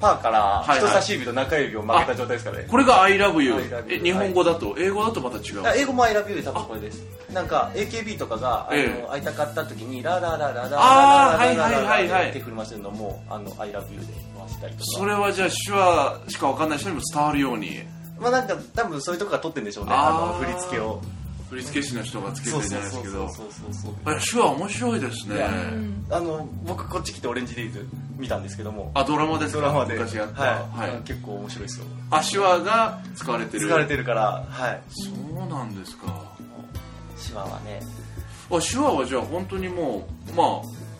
[SPEAKER 3] パーから
[SPEAKER 2] はい
[SPEAKER 3] 人差し指と中指を曲げた状態ですからね
[SPEAKER 2] これが I love you
[SPEAKER 3] I love you
[SPEAKER 2] え日本語だと、英語だとまた違う
[SPEAKER 3] あ英語も「I love you」で多分これですなんか AKB とかがあの、
[SPEAKER 2] ええ
[SPEAKER 3] 会いたかった時に「ララララララララ
[SPEAKER 2] あー
[SPEAKER 3] ラ
[SPEAKER 2] は
[SPEAKER 3] ラララ
[SPEAKER 2] いはいはいはい
[SPEAKER 3] って手振り回してるのも「あの I love you」で回したりとか
[SPEAKER 2] それはじゃあ手話しか分かんない人にも伝わるように
[SPEAKER 3] まあなんか多分そういうとこが取ってんでしょうね
[SPEAKER 2] あー
[SPEAKER 3] あの振り付けを
[SPEAKER 2] 振付師の人がつけてるじゃないですけど
[SPEAKER 3] そうそうそう
[SPEAKER 2] あれ手話面白いですね
[SPEAKER 3] いやあの僕こっち来てオレンジデイズ見たんですけども
[SPEAKER 2] あドラマです
[SPEAKER 3] ド
[SPEAKER 2] か
[SPEAKER 3] ラマで、
[SPEAKER 2] 昔やった、
[SPEAKER 3] は
[SPEAKER 2] はいい
[SPEAKER 3] 結構面白いですよ
[SPEAKER 2] あ手話が使われてる
[SPEAKER 3] 疲れてるからはい
[SPEAKER 2] そうなんですか
[SPEAKER 3] 手話はね
[SPEAKER 2] あ手話はじゃあ本当にもうまあ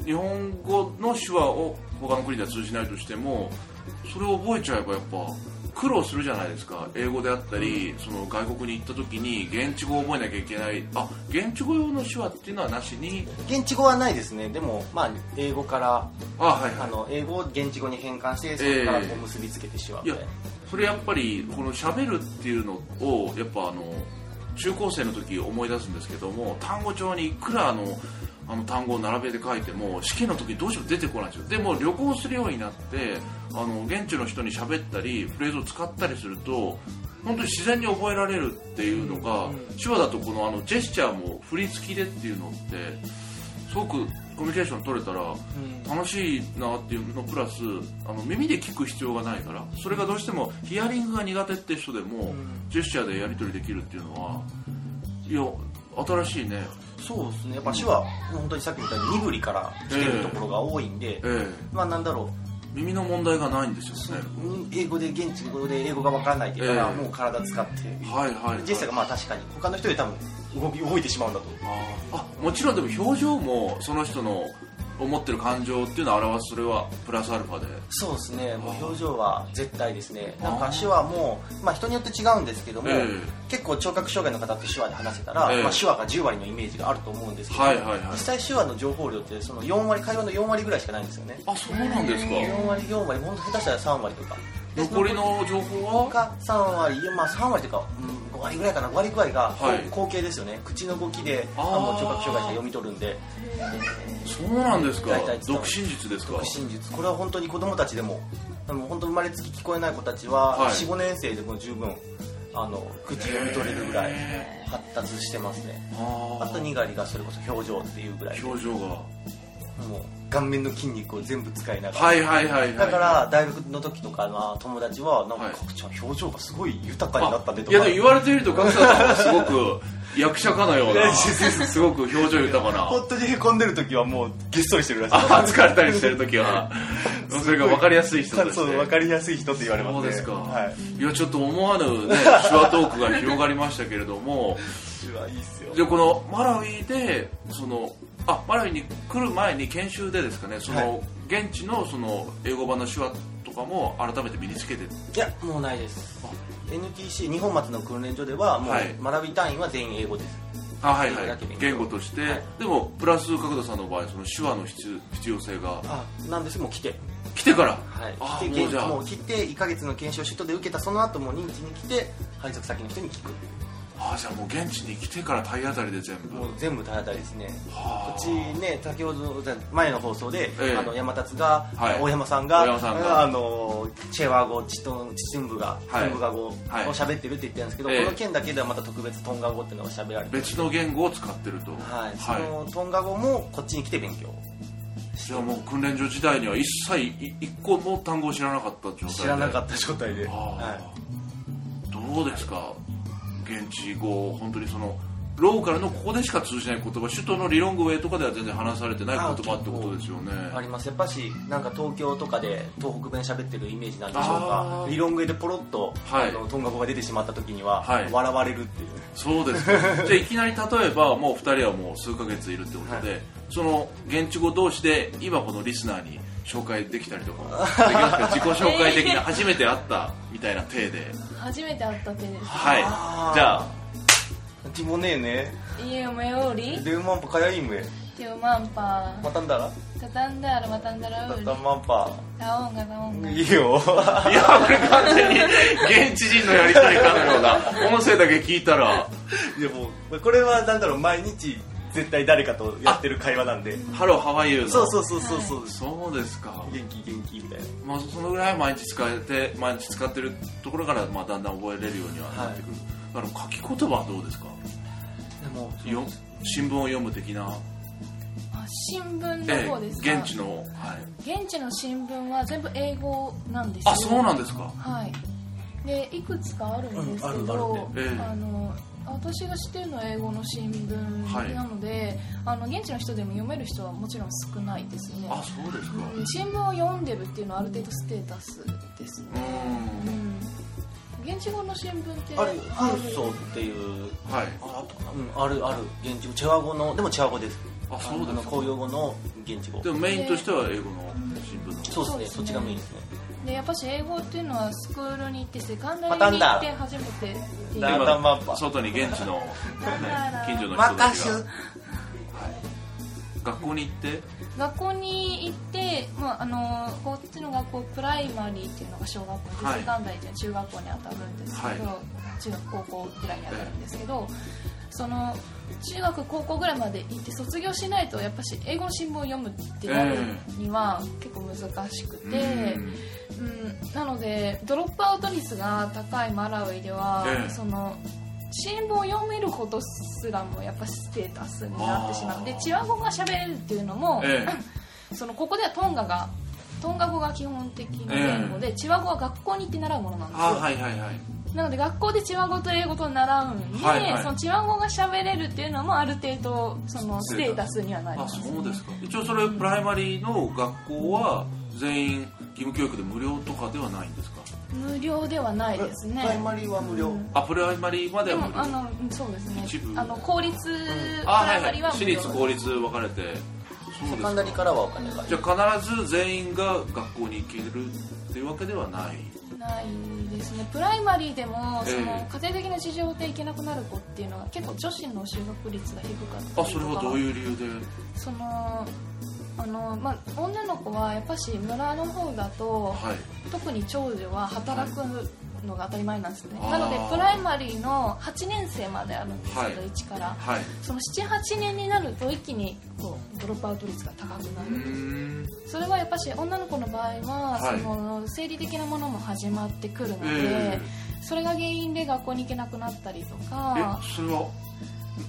[SPEAKER 2] 日本語の手話を他の国では通じないとしてもそれを覚えちゃえばやっぱ苦労するじゃないですか英語であったりその外国に行った時に現地語を覚えなきゃいけないあ現地語用の手話っていうのはなしに
[SPEAKER 3] 現地語はないですねでもまあ英語から
[SPEAKER 2] あはい
[SPEAKER 3] あ
[SPEAKER 2] はい
[SPEAKER 3] の英語を現地語に変換してそれからこう結びつけてしまっ
[SPEAKER 2] い
[SPEAKER 3] て、
[SPEAKER 2] やそれやっぱりこの喋るっていうのをやっぱあの中高生の時思い出すんですけども単語帳にいくらあのあの単語を並べて書いても試験の時どうしても出てこないんですよでも旅行するようになってあの現地の人に喋ったりフレーズを使ったりすると本当に自然に覚えられるっていうのが、手話だとこのあのジェスチャーも振り付きでっていうのってすごくコミュニケーション取れたら
[SPEAKER 3] うん
[SPEAKER 2] 楽しいなっていうのプラスあの耳で聞く必要がないからそれがどうしてもヒアリングが苦手って人でも、ジェスチャーでやり取りできるっていうのはいや新しいね
[SPEAKER 3] そうですねやっぱ手話本当にさっきみたいに身振りから来てるところが多いんで、
[SPEAKER 2] え
[SPEAKER 3] まあなんだろ
[SPEAKER 2] え耳の問題がないんですよね
[SPEAKER 3] ううん英語で現地語で英語がわからないって言ったら、
[SPEAKER 2] ええ
[SPEAKER 3] もう体使って
[SPEAKER 2] はいはい、はい、
[SPEAKER 3] ジェスチャーがまあ確かに他の人より多分動き動いてしまうんだと
[SPEAKER 2] ああもちろんでも表情もその人の思ってる感情っていうのを表すそれはプラスアルファで
[SPEAKER 3] そうですねも
[SPEAKER 2] あー
[SPEAKER 3] う表情は絶対ですねなん
[SPEAKER 2] あ
[SPEAKER 3] か
[SPEAKER 2] ー
[SPEAKER 3] 手話も、まあ、人によって違うんですけども、
[SPEAKER 2] ええ
[SPEAKER 3] 結構聴覚障害の方って手話で話せたら、
[SPEAKER 2] ええ
[SPEAKER 3] まあ、手話が10割のイメージがあると思うんですけど、
[SPEAKER 2] はいはいはい
[SPEAKER 3] 実際手話の情報量ってその4割会話の4割ぐらいしかないんですよね
[SPEAKER 2] あそうなんですか
[SPEAKER 3] 4割4割本当下手したら3割とかで
[SPEAKER 2] 残りの情報は
[SPEAKER 3] が3割いやまあ3割というか、うん、5割ぐらいかな5割ぐらいが、
[SPEAKER 2] はい
[SPEAKER 3] こう口径ですよね口の動きで
[SPEAKER 2] あー
[SPEAKER 3] あの聴覚障害者読み取るんで
[SPEAKER 2] そうなんですか
[SPEAKER 3] 大体伝
[SPEAKER 2] 独
[SPEAKER 3] わる
[SPEAKER 2] 身術ですか
[SPEAKER 3] 独身術これは本当に子供たちでもあの本当生まれつき聞こえない子たちは、
[SPEAKER 2] はい
[SPEAKER 3] 45年生でも十分あの口読み取れるぐらい発達してますね
[SPEAKER 2] あ
[SPEAKER 3] あと2割がそれこそ表情っていうぐらい
[SPEAKER 2] 表情が
[SPEAKER 3] もう顔面の筋肉を全部使いながら、
[SPEAKER 2] はいはいはいはい
[SPEAKER 3] だから大学の時とかの友達はなん
[SPEAKER 2] はい
[SPEAKER 3] か角ちゃん表情がすごい豊かになった
[SPEAKER 2] あ
[SPEAKER 3] ねと
[SPEAKER 2] い
[SPEAKER 3] か、
[SPEAKER 2] やでも言われてみると角田さんはすごく役者かのようなすごく表情豊かな
[SPEAKER 3] 本当にへこんでる時はもうげっそりしてるらしい
[SPEAKER 2] あ疲れたりしてる時はそれが分かりやすい人として
[SPEAKER 3] そう分かりやすい人って言われますね
[SPEAKER 2] そうですか、
[SPEAKER 3] はい
[SPEAKER 2] い、やちょっと思わぬ、ね、手話トークが広がりましたけれども
[SPEAKER 3] 手話いいっすよ
[SPEAKER 2] でこのマラウイでそのあマラウイに来る前に研修でですかねその、現地のその英語版の手話とかも改めて身につけて
[SPEAKER 3] いやもうないですあ NTC 日本松の訓練所ではもう、
[SPEAKER 2] はい
[SPEAKER 3] マラビ隊員は全員英語です
[SPEAKER 2] あはいは
[SPEAKER 3] 英語だ
[SPEAKER 2] い
[SPEAKER 3] け勉強
[SPEAKER 2] 言語として、
[SPEAKER 3] はい
[SPEAKER 2] でもプラス角田さんの場合その手話の必要必要性が
[SPEAKER 3] あなんですもう来て、
[SPEAKER 2] 来てから
[SPEAKER 3] は
[SPEAKER 2] あ
[SPEAKER 3] い、来
[SPEAKER 2] もうじ
[SPEAKER 3] て
[SPEAKER 2] ゃあ
[SPEAKER 3] もう来て1ヶ月の研修を首都で受けたその後も認知に来て配属先の人に聞く
[SPEAKER 2] あじゃあもう現地に来てから体当たりで全部
[SPEAKER 3] もう全部体当たりですね
[SPEAKER 2] は
[SPEAKER 3] うちね先ほど前の放送で、
[SPEAKER 2] ええ
[SPEAKER 3] あの山達が、
[SPEAKER 2] はい
[SPEAKER 3] 大山さんが
[SPEAKER 2] 大山さんが
[SPEAKER 3] あのチェワ語チトンチチンブガ、
[SPEAKER 2] はい
[SPEAKER 3] チンブガ語を
[SPEAKER 2] はい
[SPEAKER 3] 喋ってるって言ってるんですけど、
[SPEAKER 2] ええ
[SPEAKER 3] この県だけではまた特別トンガ語っていうのが喋られて、
[SPEAKER 2] 別の言語を使ってると
[SPEAKER 3] はい、そのトンガ語もこっちに来て勉強
[SPEAKER 2] じゃあもう訓練所時代には一切い一個も単語を知らなかった状態で
[SPEAKER 3] 知らなか
[SPEAKER 2] っ
[SPEAKER 3] った状態で、
[SPEAKER 2] た
[SPEAKER 3] は
[SPEAKER 2] どうですか現地語本当にそのローカルのここでしか通じない言葉首都の理論語へとかでは全然話されてない言葉ってことですよね
[SPEAKER 3] い、ありますやっぱしなんか東京とかで東北弁喋ってるイメージなんでしょうか
[SPEAKER 2] あー
[SPEAKER 3] 理論上でポロッと、
[SPEAKER 2] はい
[SPEAKER 3] あのトンガ語が出てしまった時には、
[SPEAKER 2] はい
[SPEAKER 3] 笑われるっていう
[SPEAKER 2] そうですかじゃあいきなり例えばもう2人はもう数ヶ月いるってことで、その現地語同士で今このリスナーに紹介できたりとかもできます か自己紹介的な初めて会ったみたいな体で
[SPEAKER 4] 初めて会った手です
[SPEAKER 2] はい
[SPEAKER 3] あー
[SPEAKER 2] じゃあ
[SPEAKER 3] 自分ねえね
[SPEAKER 4] 이메오리
[SPEAKER 3] de un mampa cada imbe
[SPEAKER 4] 요만파
[SPEAKER 3] matandara
[SPEAKER 4] 다단다라 마단다라 우리
[SPEAKER 3] tata mampa
[SPEAKER 4] 다온가 다온가
[SPEAKER 3] y yo
[SPEAKER 2] いや、これ完全に現地人のやりとりかのような、音声だけ聞いたら、
[SPEAKER 3] でもこれはなんだろう毎日絶対誰かとやってる会話なんで
[SPEAKER 2] ハロー、ハワイユーの。
[SPEAKER 3] そうそうそうそうそう、
[SPEAKER 2] そうですか。
[SPEAKER 3] 元気元気みたいな
[SPEAKER 2] まあ、そのぐらい毎日使えて、毎日使ってるところから、まあ、だんだん覚えれるようにはなってくる。あの、書き言葉はどうですか
[SPEAKER 3] でも
[SPEAKER 2] よ新聞を読む的な、
[SPEAKER 4] 아, 신분
[SPEAKER 2] え
[SPEAKER 4] の方ですか
[SPEAKER 2] 現地の、はい。
[SPEAKER 4] 現地の新聞は全部英語なんですよ
[SPEAKER 2] あ、そうなんですか。
[SPEAKER 4] はいでいくつかあるんですけ
[SPEAKER 3] うんあるある
[SPEAKER 4] ど、
[SPEAKER 2] ねええ
[SPEAKER 4] あの私が知ってるのは英語の新
[SPEAKER 2] はい
[SPEAKER 4] 聞なので、あの現地の人でも読める人はもちろん少ないですね
[SPEAKER 2] あ、そうですか。
[SPEAKER 4] うん新聞を読んでるっていうのはある程度ステータスですね
[SPEAKER 2] う、。
[SPEAKER 4] うんん、現地語の新聞って
[SPEAKER 3] あれハウソっていう
[SPEAKER 2] はい。
[SPEAKER 3] ああるある現地語チェワ語のでもチェワ語です
[SPEAKER 2] あ、そうです
[SPEAKER 3] の
[SPEAKER 2] か。
[SPEAKER 3] 公用語の現地語
[SPEAKER 2] でもメインとしては英語の新聞の方。
[SPEAKER 3] そうですねそっちがメインですね
[SPEAKER 4] でやっぱし英語っていうのはスクールに行ってセカンダ
[SPEAKER 3] パター
[SPEAKER 4] リ
[SPEAKER 3] ン
[SPEAKER 4] に行
[SPEAKER 3] だ
[SPEAKER 4] って初めてっていう
[SPEAKER 3] だ
[SPEAKER 2] 今
[SPEAKER 3] まんま
[SPEAKER 2] 外に現地 の、ね
[SPEAKER 4] だ、
[SPEAKER 2] 近所の人た
[SPEAKER 3] 任
[SPEAKER 2] ち
[SPEAKER 3] す
[SPEAKER 2] が学校に行って
[SPEAKER 4] 学校に行って、まあ、あのこっちの学校プライマリーっていうのが小学校で、
[SPEAKER 2] はい
[SPEAKER 4] セカンダリーっていうのは中学校に当たるんですけど、
[SPEAKER 2] は
[SPEAKER 4] 中学高校ぐらいに当たるんですけど、その中学高校ぐらいまで行って卒業しないとやっぱし英語の新聞を読むってなるには結構難しくて、
[SPEAKER 2] うん
[SPEAKER 4] うん、なのでドロップアウト率が高いマラウイでは、
[SPEAKER 2] ええ
[SPEAKER 4] その新聞を読めることすらもやっぱステータスになってしまうで
[SPEAKER 2] あー
[SPEAKER 4] チワ語が喋れるっていうのも、
[SPEAKER 2] え
[SPEAKER 4] そのここではトンガがトンガ語が基本的な言語で、チワ語は学校に行って習うものなんですよ、
[SPEAKER 2] あはいはいはい
[SPEAKER 4] なので学校でチワ語と英語と習うんで、
[SPEAKER 2] はいはい
[SPEAKER 4] そのチワ語が喋れるっていうのもある程度そのステータスにはなり
[SPEAKER 2] あ
[SPEAKER 4] ます
[SPEAKER 2] そうですか一応それプライマリーの学校は全員義務教育で無料とかではないんですか
[SPEAKER 4] 無料ではないですね
[SPEAKER 3] プライマリーは無料
[SPEAKER 2] あプライマリーまで
[SPEAKER 4] で
[SPEAKER 2] は
[SPEAKER 4] も
[SPEAKER 2] 無料
[SPEAKER 4] あのうんそうですね
[SPEAKER 2] 一部
[SPEAKER 4] あの公立
[SPEAKER 2] あは
[SPEAKER 4] ラ
[SPEAKER 2] い
[SPEAKER 4] イバ
[SPEAKER 2] は
[SPEAKER 4] リーはい
[SPEAKER 2] 私
[SPEAKER 4] 無料
[SPEAKER 2] 立公立分かれてそう
[SPEAKER 3] セ
[SPEAKER 2] で
[SPEAKER 3] カンダリ
[SPEAKER 2] す
[SPEAKER 3] ー
[SPEAKER 2] か
[SPEAKER 3] からはお金が
[SPEAKER 2] じゃあ必ず全員が学校に行けるっていうわけではない
[SPEAKER 4] ないですねプライマリーでも
[SPEAKER 2] ええ
[SPEAKER 4] その家庭的な事情で行けなくなる子っていうのは結構女子の就学率が低かったりとか
[SPEAKER 2] あそれはどういう理由で
[SPEAKER 4] そのあのまあ、女の子はやっぱし村の方だと
[SPEAKER 2] はい
[SPEAKER 4] 特に長女は働くのが当たり前なんですね、
[SPEAKER 2] あー
[SPEAKER 4] なのでプライマリーの8年生まであるんですけど、
[SPEAKER 2] はい
[SPEAKER 4] 1から
[SPEAKER 2] はい
[SPEAKER 4] その78年になると一気にこうドロップアウト率が高くな
[SPEAKER 2] うー
[SPEAKER 4] る
[SPEAKER 2] ん
[SPEAKER 4] それはやっぱし女の子の場合は、
[SPEAKER 2] はい
[SPEAKER 4] その生理的なものも始まってくるので、
[SPEAKER 2] え
[SPEAKER 4] それが原因で学校に行けなくなったりと
[SPEAKER 2] え
[SPEAKER 4] か
[SPEAKER 2] えそれは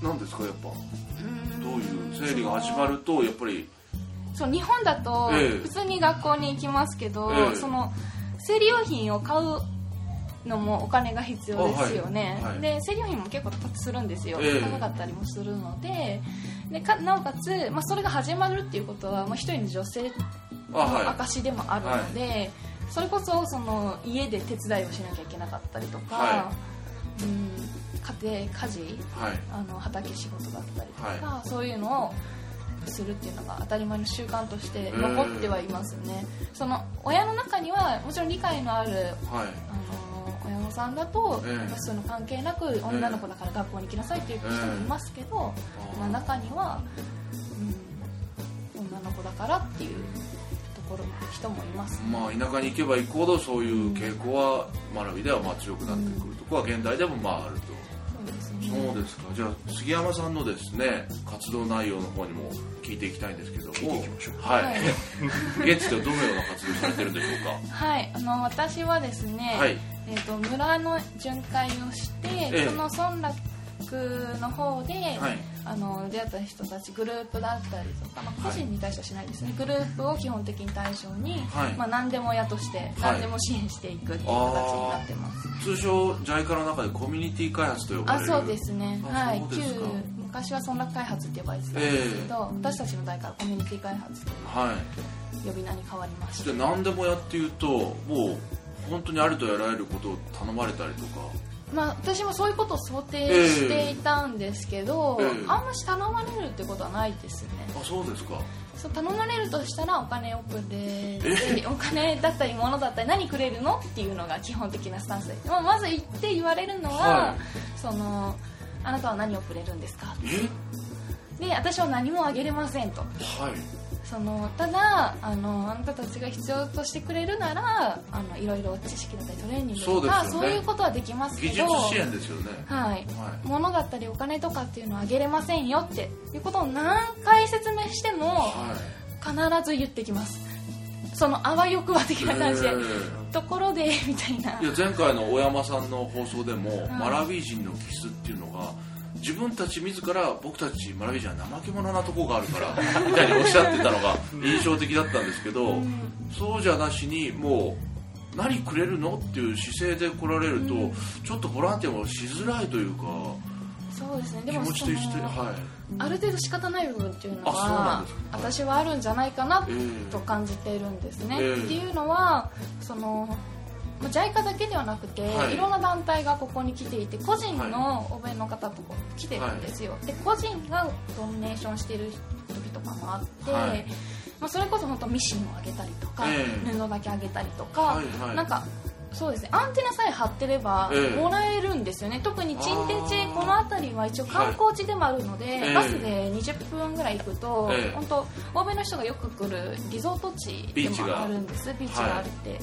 [SPEAKER 2] 何ですかやっぱ
[SPEAKER 4] うん
[SPEAKER 2] どういう生理が始まるとやっぱり
[SPEAKER 4] そのそう日本だと
[SPEAKER 2] ええ
[SPEAKER 4] 普通に学校に行きますけど、
[SPEAKER 2] ええ
[SPEAKER 4] その生理用品を買うのもお金が必要ですよね、
[SPEAKER 2] あはいはい
[SPEAKER 4] で生理用品も結構高するんですよ、
[SPEAKER 2] ええ
[SPEAKER 4] 高かったりもするのででかなおかつ、まあ、それが始まるっていうことは、まあ、一人の女性
[SPEAKER 2] あ
[SPEAKER 4] の
[SPEAKER 2] は
[SPEAKER 4] 証でもあるので、それこそその家で手伝いをしなきゃいけなかったりとか、
[SPEAKER 2] は
[SPEAKER 4] うん、家庭家事
[SPEAKER 2] いはい
[SPEAKER 4] あの畑仕事だったりとか、そういうのをするっていうのが当たり前の習慣として残ってはいますね、その親の中にはもちろん理解のある
[SPEAKER 2] はい
[SPEAKER 4] あの親御さんだと、
[SPEAKER 2] ええ
[SPEAKER 4] まあそういうの関係なく女の子だから学校に行きなさいっていう人もいますけど、まあ、
[SPEAKER 2] あ
[SPEAKER 4] 中には、うん、女の子だからっていうところの人もいます
[SPEAKER 2] ーまあ田舎に行けば行くほどそういう傾向はマラビではまあ強くなってくるとこは現代でもまああると
[SPEAKER 4] そうですね
[SPEAKER 2] そうですかじゃあ杉山さんのですね活動内容の方にも聞いていきたいんですけども
[SPEAKER 3] 聞いていきましょう
[SPEAKER 2] はい、
[SPEAKER 4] は
[SPEAKER 2] 現地ではどのような活動されてるんでしょう
[SPEAKER 4] はいあの私はですね、
[SPEAKER 2] かはい
[SPEAKER 4] えー、と村の巡回をして、
[SPEAKER 2] ええ
[SPEAKER 4] その村落の方で、
[SPEAKER 2] はい
[SPEAKER 4] あの出会った人たちグループだったりとか、まあ、個人に対してはしないですね、グループを基本的に対象に、
[SPEAKER 2] はい
[SPEAKER 4] まあ、何でも親として何でも支援していくっていう形になってます、
[SPEAKER 2] 通称 JICA の中でコミュニティ開発と呼ば
[SPEAKER 4] あ
[SPEAKER 2] れる
[SPEAKER 4] そうですね
[SPEAKER 2] あ
[SPEAKER 4] はい
[SPEAKER 2] そうですか
[SPEAKER 4] 旧昔は村落開発って呼ばれてたんですけど、私たちの代からコミュニティ開発とい
[SPEAKER 2] は
[SPEAKER 4] う呼び名に変わりま
[SPEAKER 2] い
[SPEAKER 4] し
[SPEAKER 2] で
[SPEAKER 4] た
[SPEAKER 2] 何でもやっていうともう本当にあるとやられることを頼まれたりとか
[SPEAKER 4] まあ、私もそういうことを想定
[SPEAKER 2] ええ
[SPEAKER 4] していたんですけど、
[SPEAKER 2] ええ
[SPEAKER 4] あんまし頼まれるってことはないですね
[SPEAKER 2] あそうですか
[SPEAKER 4] そう頼まれるとしたらお金をくれてお金だったり物だったり何くれるのっていうのが基本的なスタンスで、まあ、まず言って言われるのは、
[SPEAKER 2] は
[SPEAKER 4] そのあなたは何をくれるんですか
[SPEAKER 2] え
[SPEAKER 4] で私は何もあげれませんと
[SPEAKER 2] はい
[SPEAKER 4] そのただあのあなたたちが必要としてくれるならあのいろいろ知識だったりトレーニングとか
[SPEAKER 2] そ
[SPEAKER 4] そう
[SPEAKER 2] ですよね
[SPEAKER 4] う,、いうことはできますけ
[SPEAKER 2] 技
[SPEAKER 4] ど
[SPEAKER 2] 術支援ですよね
[SPEAKER 4] はい
[SPEAKER 2] は
[SPEAKER 4] 物だったりお金とかっていうのはあげれませんよっていうことを何回説明して
[SPEAKER 2] い
[SPEAKER 4] も
[SPEAKER 2] は
[SPEAKER 4] 必ず言ってきますそのあわよくば的
[SPEAKER 2] い
[SPEAKER 4] な感じで、
[SPEAKER 2] え
[SPEAKER 4] ところでみたいな
[SPEAKER 2] えいや前回の大山さんの放送でも、
[SPEAKER 4] ん
[SPEAKER 2] マラビ人の気質っていうのが自分たち自ら僕たちマラビ人は怠け者なとこがあるから みたいにおっしゃってたのが印象的だったんですけど、
[SPEAKER 4] うん
[SPEAKER 2] そうじゃなしにもう何くれるのっていう姿勢で来られると、
[SPEAKER 4] うん
[SPEAKER 2] ちょっとボランティアもしづらいというか
[SPEAKER 4] そうですねで
[SPEAKER 2] 気
[SPEAKER 4] も
[SPEAKER 2] 持ちとして
[SPEAKER 4] その
[SPEAKER 2] はい、
[SPEAKER 4] ある程度仕方ない部分っていうの
[SPEAKER 2] あそうなん
[SPEAKER 4] は
[SPEAKER 2] です
[SPEAKER 4] 私はあるんじゃないかな
[SPEAKER 2] えー
[SPEAKER 4] と感じているんですね。
[SPEAKER 2] ええ
[SPEAKER 4] っていうのはそのまあ JICA だけではなくて、
[SPEAKER 2] はい
[SPEAKER 4] い、ろんな団体がここに来ていて個人の欧米の方とこ来てるんですよ、で個人がドミネーションしている時とかもあって、
[SPEAKER 2] はい
[SPEAKER 4] まあ、それこそ本当ミシンをあげたりとか、
[SPEAKER 2] ええ
[SPEAKER 4] 布だけあげたりとか、
[SPEAKER 2] はいはい
[SPEAKER 4] なんかそうですねアンテナさえ張ってれば
[SPEAKER 2] ええ
[SPEAKER 4] もらえるんですよね、特にチンテチ
[SPEAKER 2] あー
[SPEAKER 4] この辺りは一応観光地でもあるので、
[SPEAKER 2] ええ
[SPEAKER 4] バスで20分ぐらい行くと、
[SPEAKER 2] ええ
[SPEAKER 4] 本当欧米の人がよく来るリゾート地
[SPEAKER 2] ビ
[SPEAKER 4] で
[SPEAKER 2] ーチ
[SPEAKER 4] も
[SPEAKER 2] が
[SPEAKER 4] あるんですビーチがあるって、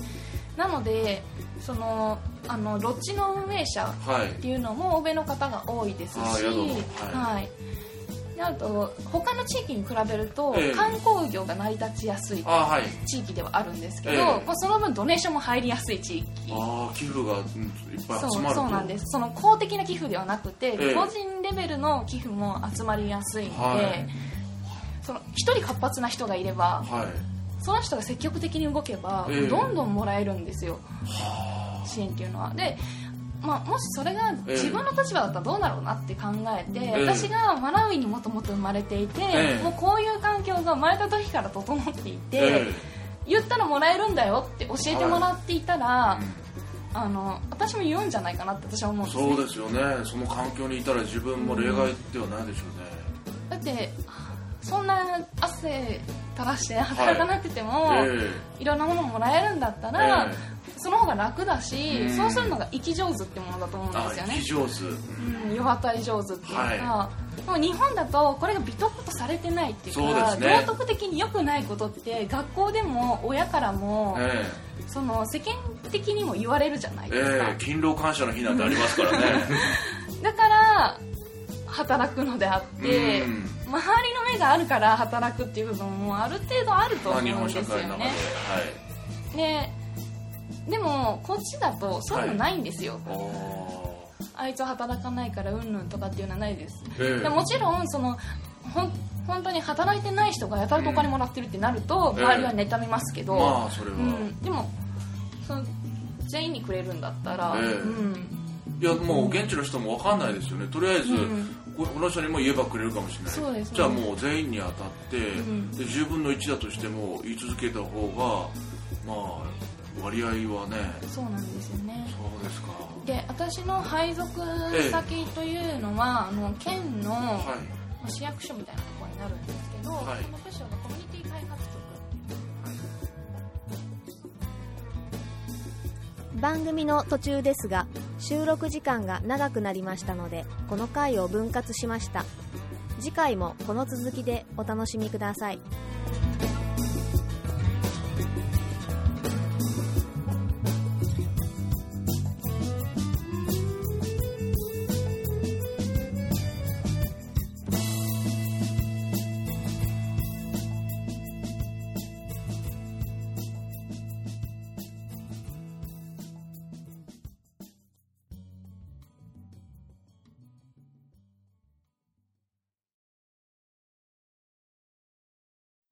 [SPEAKER 4] なのでそのあのロッジの運営者
[SPEAKER 2] はい
[SPEAKER 4] っていうのも欧米の方が多いですし
[SPEAKER 2] あー宿のは
[SPEAKER 4] はいであと他の地域に比べると、
[SPEAKER 2] ええ
[SPEAKER 4] 観光業が成り立ちやすい
[SPEAKER 2] あはい
[SPEAKER 4] 地域ではあるんですけど、
[SPEAKER 2] ええ
[SPEAKER 4] まあ、その分ドネーションも入りやすい地域
[SPEAKER 2] ああ寄付が、うん、いっぱい集
[SPEAKER 4] そう
[SPEAKER 2] まると
[SPEAKER 4] そうなんですその公的な寄付ではなくて、
[SPEAKER 2] ええ
[SPEAKER 4] 個人レベルの寄付も集まりやすいので、
[SPEAKER 2] はい
[SPEAKER 4] その一人活発な人がいれば
[SPEAKER 2] はい
[SPEAKER 4] その人が積極的に動けば、
[SPEAKER 2] ええ
[SPEAKER 4] どんどんもらえるんですよ支援っていうのはで、まあ、もしそれが
[SPEAKER 2] ええ
[SPEAKER 4] 自分の立場だったらどうだろうなって考えて、
[SPEAKER 2] え
[SPEAKER 4] 私がマラウイにもともと生まれていて、
[SPEAKER 2] ええ
[SPEAKER 4] もうこういう環境が生まれた時から整っていて、
[SPEAKER 2] え
[SPEAKER 4] 言ったらもらえるんだよって教えてもらっていたら、
[SPEAKER 2] え
[SPEAKER 4] あの私も言うんじゃないかなって私は思うんですね
[SPEAKER 2] そうですよねその環境にいたら自分も例外ではないでしょうね、
[SPEAKER 4] だってそんな汗垂らして働かなくても、い
[SPEAKER 2] え
[SPEAKER 4] ろんなものもらえるんだった
[SPEAKER 2] え
[SPEAKER 4] ら、
[SPEAKER 2] ええ
[SPEAKER 4] その方が楽だし、
[SPEAKER 2] うん
[SPEAKER 4] そうするのが生き上手ってものだと思うんですよ
[SPEAKER 2] あ生
[SPEAKER 4] ね
[SPEAKER 2] き、上手、
[SPEAKER 4] うん、世渡り上手っていうか、
[SPEAKER 2] は
[SPEAKER 4] でも日本だとこれが美徳とされてないっていう
[SPEAKER 2] そう
[SPEAKER 4] か
[SPEAKER 2] ですね
[SPEAKER 4] 道徳的に良くないことって学校でも親からも、
[SPEAKER 2] え
[SPEAKER 4] その世間的にも言われるじゃない
[SPEAKER 2] え
[SPEAKER 4] ですか、
[SPEAKER 2] ええ勤労感謝の日なんてありますからね
[SPEAKER 4] だから働くのであって、
[SPEAKER 2] うん
[SPEAKER 4] 周りの目があるから働くっていう部分もある程度あると
[SPEAKER 2] まあ
[SPEAKER 4] 思
[SPEAKER 2] 日
[SPEAKER 4] うん
[SPEAKER 2] 本
[SPEAKER 4] です
[SPEAKER 2] 社
[SPEAKER 4] よ
[SPEAKER 2] 会の中で、
[SPEAKER 4] ねででもこっちだとそういうのないんですよ、
[SPEAKER 2] はい
[SPEAKER 4] あいつは働かないからうんぬんとかっていうのはないです、
[SPEAKER 2] あーえ
[SPEAKER 4] でもちろんそのほん本当に働いてない人がやたらとお金もらってるってなると、
[SPEAKER 2] ええ
[SPEAKER 4] 周りは妬みますけど、
[SPEAKER 2] まあそれは、
[SPEAKER 4] うん、でもその全員にくれるんだったら、
[SPEAKER 2] ええ
[SPEAKER 4] うん、
[SPEAKER 2] いやもう現地の人も分かんないですよねとりあえず、
[SPEAKER 4] うん
[SPEAKER 2] ここの人にも言えばくれるかもしれない
[SPEAKER 4] そうですね
[SPEAKER 2] じゃあもう全員に当たって、
[SPEAKER 4] ん
[SPEAKER 2] で10分の1だとしても言い続けた方がまあ割合はね
[SPEAKER 4] そうなんですよね
[SPEAKER 2] そうですかは
[SPEAKER 4] で私の配属先というのは、あの県の、
[SPEAKER 2] い
[SPEAKER 4] 市役所みたいなところになるんですけど、
[SPEAKER 2] はい
[SPEAKER 4] その部署がコミュニティ開発局
[SPEAKER 6] 番組の途中ですが収録時間が長くなりましたのでこの回を分割しました次回もこの続きでお楽しみください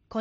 [SPEAKER 7] こ